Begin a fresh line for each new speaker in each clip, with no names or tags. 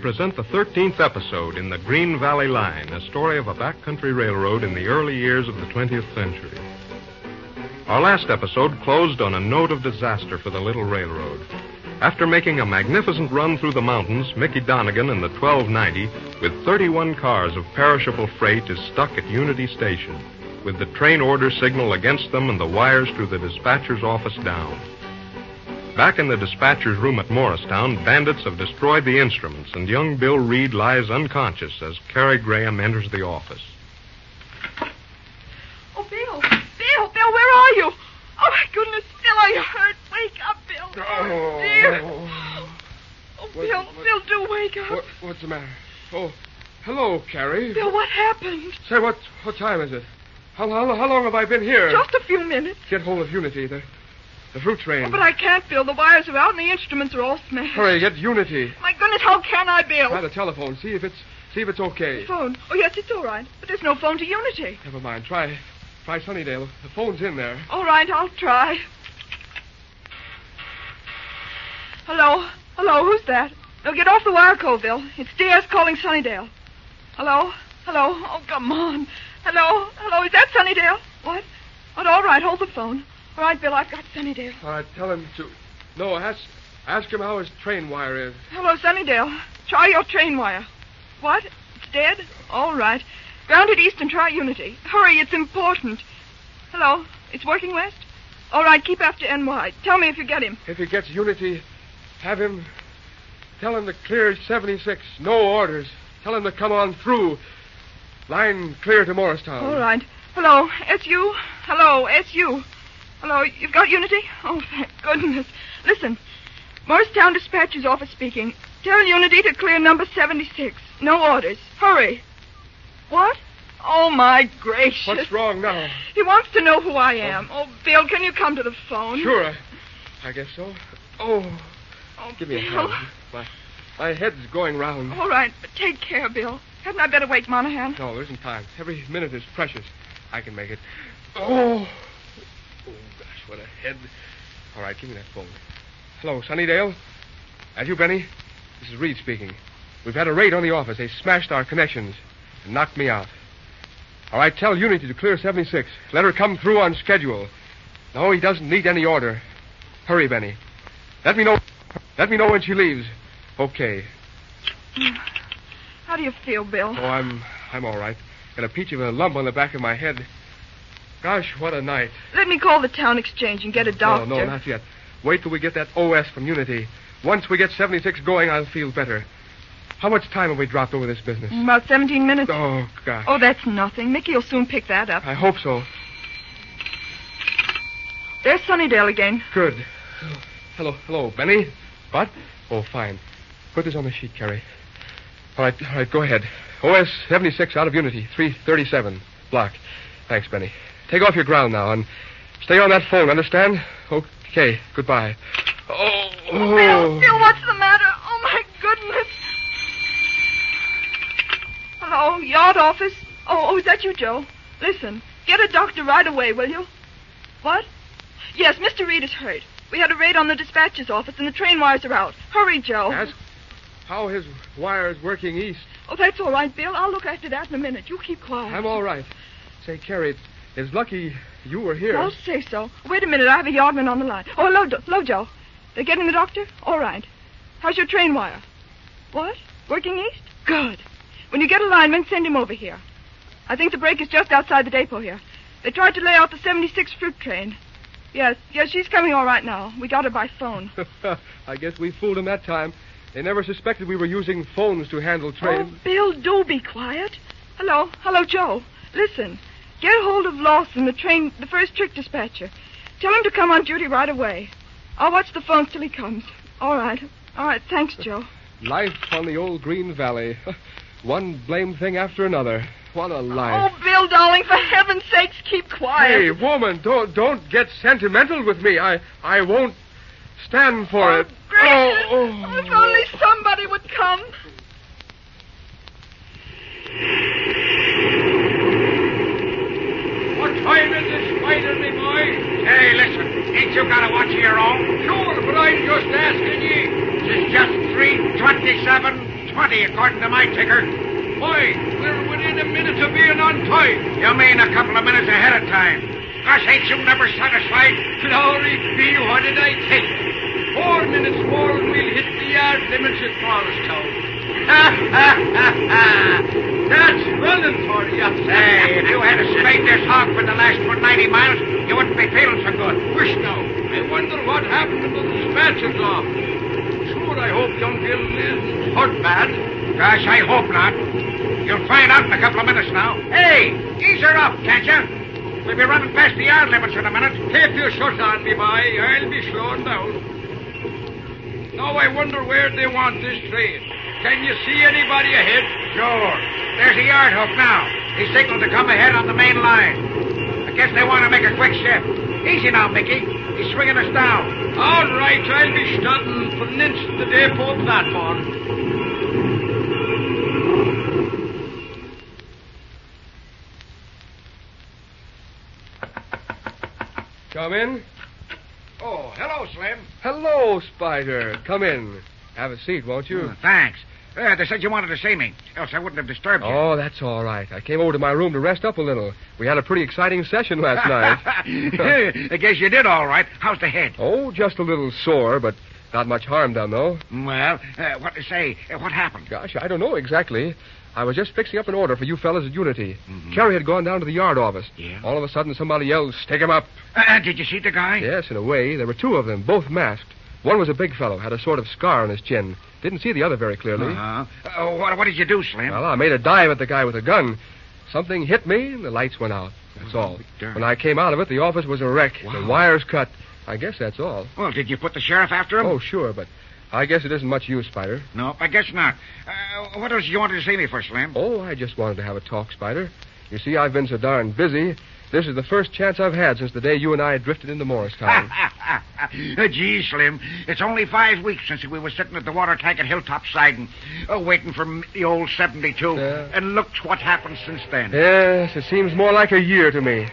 present the 13th episode in the Green Valley Line, a story of a backcountry railroad in the early years of the 20th century. Our last episode closed on a note of disaster for the little railroad. After making a magnificent run through the mountains, Mickey Donegan and the 1290, with 31 cars of perishable freight, is stuck at Unity Station, with the train order signal against them and the wires through the dispatcher's office down. Back in the dispatcher's room at Morristown, bandits have destroyed the instruments, and young Bill Reed lies unconscious as Carrie Graham enters the office.
Oh, Bill. Bill, Bill, where are you? Oh, my goodness, Bill, are you hurt? Wake up, Bill.
Oh.
dear. Oh,
What-
Bill,
what-
Bill, do wake up.
What, what's the matter? Oh, hello, Carrie.
Bill, what happened?
Say, what what time is it? How, how, how long have I been here?
Just a few minutes.
Get hold of Unity, the, the fruit train.
Oh, but I can't, Bill. The wires are out and the instruments are all smashed.
Hurry, get Unity.
My goodness, how can I,
Try
Bill?
the telephone. See if it's see if it's okay.
Phone. Oh, yes, it's all right. But there's no phone to Unity.
Never mind. Try try Sunnydale. The phone's in there.
All right, I'll try. Hello? Hello, who's that? No, get off the wire, Colville. It's DS calling Sunnydale. Hello? Hello? Oh, come on. Hello? Hello, is that Sunnydale? What? Oh, all right, hold the phone. All right, Bill, I've got Sunnydale.
All right, tell him to. No, ask ask him how his train wire is.
Hello, Sunnydale. Try your train wire. What? It's dead? All right. Ground it east and try Unity. Hurry, it's important. Hello? It's working west? All right, keep after NY. Tell me if you get him.
If he gets Unity, have him. Tell him to clear 76. No orders. Tell him to come on through. Line clear to Morristown.
All right. Hello, SU? Hello, SU? Hello, you've got Unity? Oh, thank goodness. Listen, Morristown Dispatcher's office speaking. Tell Unity to clear number 76. No orders. Hurry. What? Oh, my gracious.
What's wrong now?
He wants to know who I am. Oh, Bill, can you come to the phone?
Sure. I- I guess so. Oh,
Oh,
give me a
Bill.
hand. My, my head's going round.
All right, but take care, Bill. Hadn't I better wake Monahan?
No, there isn't time. Every minute is precious. I can make it. Oh. Oh, gosh, what a head. All right, give me that phone. Hello, Sunnydale. Have you, Benny? This is Reed speaking. We've had a raid on the office. They smashed our connections and knocked me out. All right, tell Unity to clear 76. Let her come through on schedule. No, he doesn't need any order. Hurry, Benny. Let me know. Let me know when she leaves. Okay.
Hmm. How do you feel, Bill?
Oh, I'm I'm all right. Got a peach of a lump on the back of my head. Gosh, what a night.
Let me call the town exchange and get a doctor.
No, no, not yet. Wait till we get that OS from Unity. Once we get 76 going, I'll feel better. How much time have we dropped over this business?
About 17 minutes.
Oh, gosh.
Oh, that's nothing. Mickey will soon pick that up.
I hope so.
There's Sunnydale again.
Good. Hello, hello, Benny. What? Oh, fine. Put this on the sheet, Carrie. All right, all right, go ahead. OS 76 out of Unity, 337. Block. Thanks, Benny. Take off your ground now and stay on that phone, understand? Okay, goodbye. Oh, oh.
Bill, Bill, what's the matter? Oh, my goodness. Hello, yard office. Oh, oh, is that you, Joe? Listen, get a doctor right away, will you? What? Yes, Mr. Reed is hurt. We had a raid on the dispatcher's office, and the train wires are out. Hurry, Joe.
Ask how his wire is working east.
Oh, that's all right, Bill. I'll look after that in a minute. You keep quiet.
I'm all right. Say, Carrie, it's, it's lucky you were here.
Don't say so. Wait a minute. I have a yardman on the line. Oh, hello, Do- hello, Joe. They're getting the doctor? All right. How's your train wire? What? Working east? Good. When you get a lineman, send him over here. I think the break is just outside the depot here. They tried to lay out the 76 fruit train. Yes, yes, she's coming all right now. We got her by phone.
I guess we fooled him that time. They never suspected we were using phones to handle trains.
Oh, Bill, do be quiet. Hello, hello, Joe. Listen, get hold of Lawson, the train, the first trick dispatcher. Tell him to come on duty right away. I'll watch the phones till he comes. All right, all right. Thanks, Joe.
Life on the old Green Valley. One blame thing after another. What a life.
Oh, Bill, darling, for heaven's sakes, keep quiet.
hey, woman, don't don't get sentimental with me. I I won't stand for
Oh,
it.
gracious!
Oh, oh.
If only somebody would come.
What time is it, spiderly boy? Hey, listen. Ain't you got a watch of your own? Sure, but I'm just asking ye. It's just 327 20, according to my ticker. Boy, we're within a minute of being on time. You mean a couple of minutes ahead of time. Gosh, ain't you never satisfied? Glory be, what did I take? Four minutes more and we'll hit the yard limits at Morristown. Ha, ha, ha, ha. That's running for you. Say, if you had to spade this hog for the last 190 miles, you wouldn't be feeling so good. Wish now. I wonder what happened to the dispatcher's law. Sure, I hope young Bill isn't hurt bad. Gosh, I hope not. You'll find out in a couple of minutes now. Hey, ease her up, can't you? We'll be running past the yard limits in a minute. If you shut on me, boy, I'll be slowing down. Now I wonder where they want this train. Can you see anybody ahead? Sure. There's the yard hook now. He signaled to come ahead on the main line. I guess they want to make a quick shift. Easy now, Mickey. He's swinging us down. All right, I'll be starting for Ninch the depot platform.
Come in.
Oh, hello, Slim.
Hello, Spider. Come in. Have a seat, won't you?
thanks. Uh, they said you wanted to see me, else I wouldn't have disturbed you.
Oh, that's all right. I came over to my room to rest up a little. We had a pretty exciting session last night.
I guess you did all right. How's the head?
oh, just a little sore, but not much harm done, though.
Well, uh, what say? uh, What happened?
Gosh, I don't know exactly. I was just fixing up an order for you fellas at Unity. Kerry had gone down to the yard office.
Yeah.
All of a sudden, somebody yelled, Stick him up.
Uh, uh, did you see the guy?
Yes, in a way. There were two of them, both masked. One was a big fellow, had a sort of scar on his chin. Didn't see the other very clearly.
Uh-huh. Uh, what, what did you do, Slim?
Well, I made a dive at the guy with a gun. Something hit me, and the lights went out. That's all.
Oh, darn.
When I came out of it, the office was a wreck. The
Wow.
wires cut. I guess that's all.
Well, did you put the sheriff after him?
Oh, sure, but I guess it isn't much use, Spider.
No, I guess not. Uh, what else you wanted to see me for, Slim?
Oh, I just wanted to have a talk, Spider. You see, I've been so darn busy. This is the first chance I've had since the day you and I drifted into Morristown.
Uh, Gee, Slim, it's only five weeks since we were sitting at the water tank at Hilltop Siding, uh, waiting for m- the old 72,
Yeah.
and look what happened since then.
yes, it seems more like a year to me.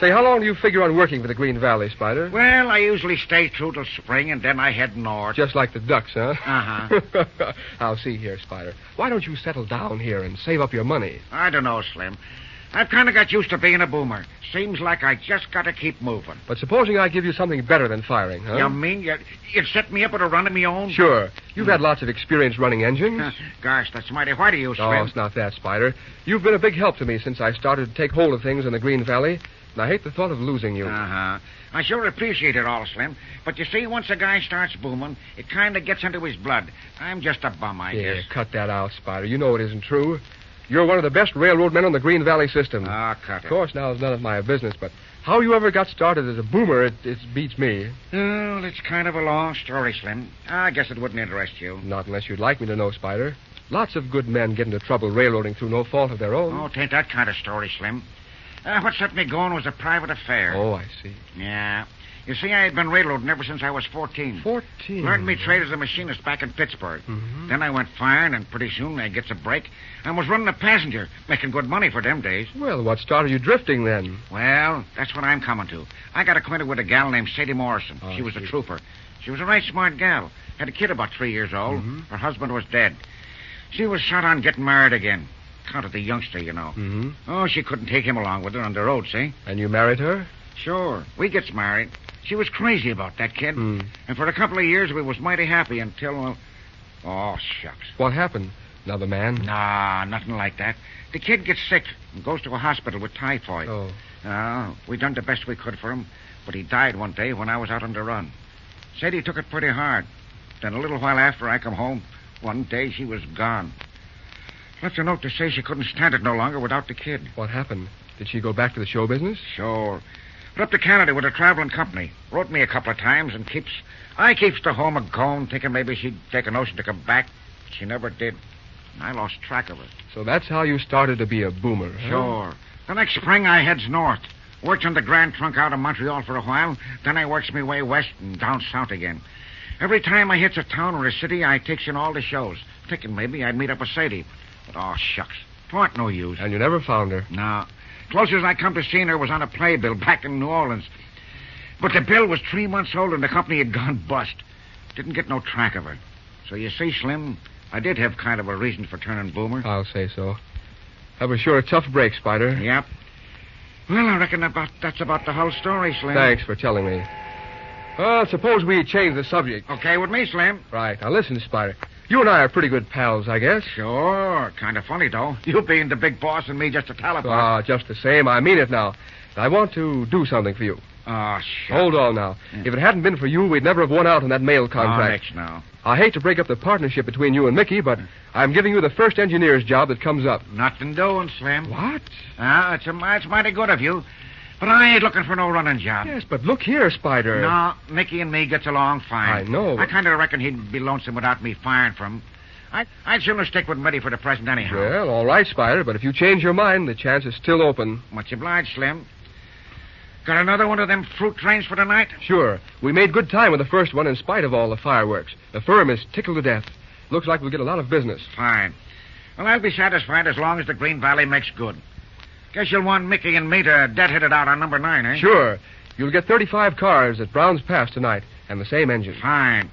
Say, how long do you figure on working for the Green Valley, Spider?
Well, I usually stay through till spring, and then I head north.
Just like the ducks, huh?
Uh-huh.
I'll see here, Spider. Why don't you settle down here and save up your money?
I don't know, Slim. I've kind of got used to being a boomer. Seems like I just got to keep moving.
But supposing I give you something better than firing, huh?
You mean you, you set me up at a run of my own?
Sure. You've had lots of experience running engines.
Huh, Gosh, that's mighty white of you, Slim.
Oh, it's not that, Spider. You've been a big help to me since I started to take hold of things in the Green Valley, and I hate the thought of losing you.
Uh-huh. I sure appreciate it all, Slim. But you see, once a guy starts booming, it kind of gets into his blood. I'm just a bum, I
yeah,
guess.
cut that out, Spider. You know it isn't true. You're one of the best railroad men on the Green Valley system.
Ah, cut
of
it.
course, now it's none of my business, but how you ever got started as a boomer, it, it beats me.
Well, it's kind of a long story, Slim. I guess it wouldn't interest you.
Not unless you'd like me to know, Spider. Lots of good men get into trouble railroading through no fault of their own.
Oh, tain't that kind of story, Slim. Uh, what set me going was a private affair.
Oh, I see.
Yeah. You see, I had been railroading ever since I was 14.
Fourteen.
Learned me trade as a machinist back in Pittsburgh.
Mhm.
Then I went firing, and pretty soon I gets a break. I was running a passenger, making good money for them days.
Well, what started you drifting then?
Well, that's what I'm coming to. I got acquainted with a gal named Sadie Morrison.
Oh, I
she was
see.
a trooper. She was a right smart gal. Had a kid about three years old.
Mhm.
Her husband was dead. She was set on getting married again. Counted the youngster, you know.
Mm-hmm.
Oh, she couldn't take him along with her on the road, see?
And you married her?
Sure. We gets married. She was crazy about that kid.
Hmm.
And for a couple of years, we was mighty happy until, well... Oh, shucks.
What happened? Another man?
Nah, nothing like that. The kid gets sick and goes to a hospital with typhoid.
Oh.
Uh, we done the best we could for him, but he died one day when I was out on the run. Said he took it pretty hard. Then a little while after I come home, one day she was gone. Left a note to say she couldn't stand it no longer without the kid.
What happened? Did she go back to the show business?
Sure. Went up to Canada with a traveling company. Wrote me a couple of times and keeps. I keeps to home a going, thinking maybe she'd take a notion to come back. She never did. And I lost track of her.
So that's how you started to be a boomer. huh?
Sure. The next spring, I heads north. Worked on the Grand Trunk out of Montreal for a while. Then I works me way west and down south again. Every time I hits a town or a city, I takes in all the shows, thinking maybe I'd meet up with Sadie. But, oh, shucks. Thwart no use.
And you never found her.
No. Closest I come to seeing her was on a playbill back in New Orleans. But the bill was three months old and the company had gone bust. Didn't get no track of her. So you see, Slim, I did have kind of a reason for turning boomer.
I'll say so. That was sure a tough break, Spider.
Yep. Well, I reckon about that's about the whole story, Slim.
Thanks for telling me. Well, suppose we change the subject.
Okay with me, Slim.
Right. Now listen, Spider. You and I are pretty good pals, I guess.
Sure. Kind of funny, though. You being the big boss and me just a Taliban.
Ah, just the same, I mean it now. I want to do something for you.
Ah, shit.
Hold on now.
Yeah.
If it hadn't been for you, we'd never have won out on that mail
Oh,
contract.
Nick, now.
I hate to break up the partnership between you and Mickey, but I'm giving you the first engineer's job that comes up.
Nothing doing, Slim.
What?
Ah, it's, a, it's mighty good of you. But I ain't looking for no running job.
Yes, but look here, Spider.
No, Mickey and me gets along fine.
I know,
I
but-
kind of reckon he'd be lonesome without me firing for him. I, I'd sooner stick with Mitty for the present anyhow.
Well, all right, Spider, but if you change your mind, the chance is still open.
Much obliged, Slim. Got another one of them fruit trains for tonight?
Sure, we made good time with the first one in spite of all the fireworks. The firm is tickled to death. Looks like we'll get a lot of business.
Fine. Well, I'll be satisfied as long as the Green Valley makes good. Guess you'll want Mickey and me to deadhead it out on number nine, eh?
Sure, you'll get 35 cars at Brown's Pass tonight, and the same engine.
Fine.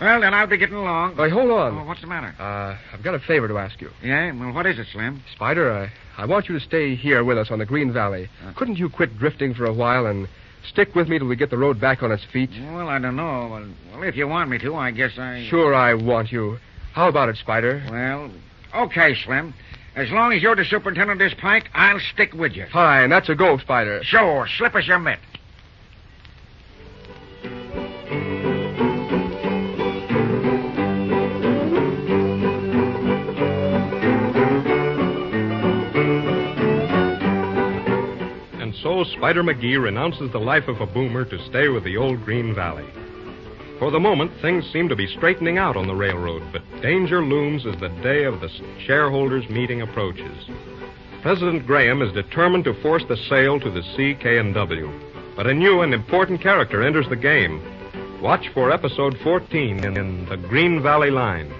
Well, then I'll be getting along.
Hey, hold
Oh,
on.
what's the matter?
Uh, I've got a favor to ask you.
Yeah? Well, what is it, Slim?
Spider, I, I want you to stay here with us on the Green Valley.
Huh?
Couldn't you quit drifting for a while and stick with me till we get the road back on its feet?
Well, I don't know. Well, well, if you want me to, I guess I.
Sure, I want you. How about it, Spider?
Well, okay, Slim. As long as you're the superintendent of this pike, I'll stick with you.
Fine, that's a go, Spider.
Sure, slip us your mitt.
And so Spider McGee renounces the life of a boomer to stay with the old Green Valley. For the moment, things seem to be straightening out on the railroad, but danger looms as the day of the shareholders' meeting approaches. President Graham is determined to force the sale to the CK&W, but a new and important character enters the game. Watch for episode 14 in, in The Green Valley Line.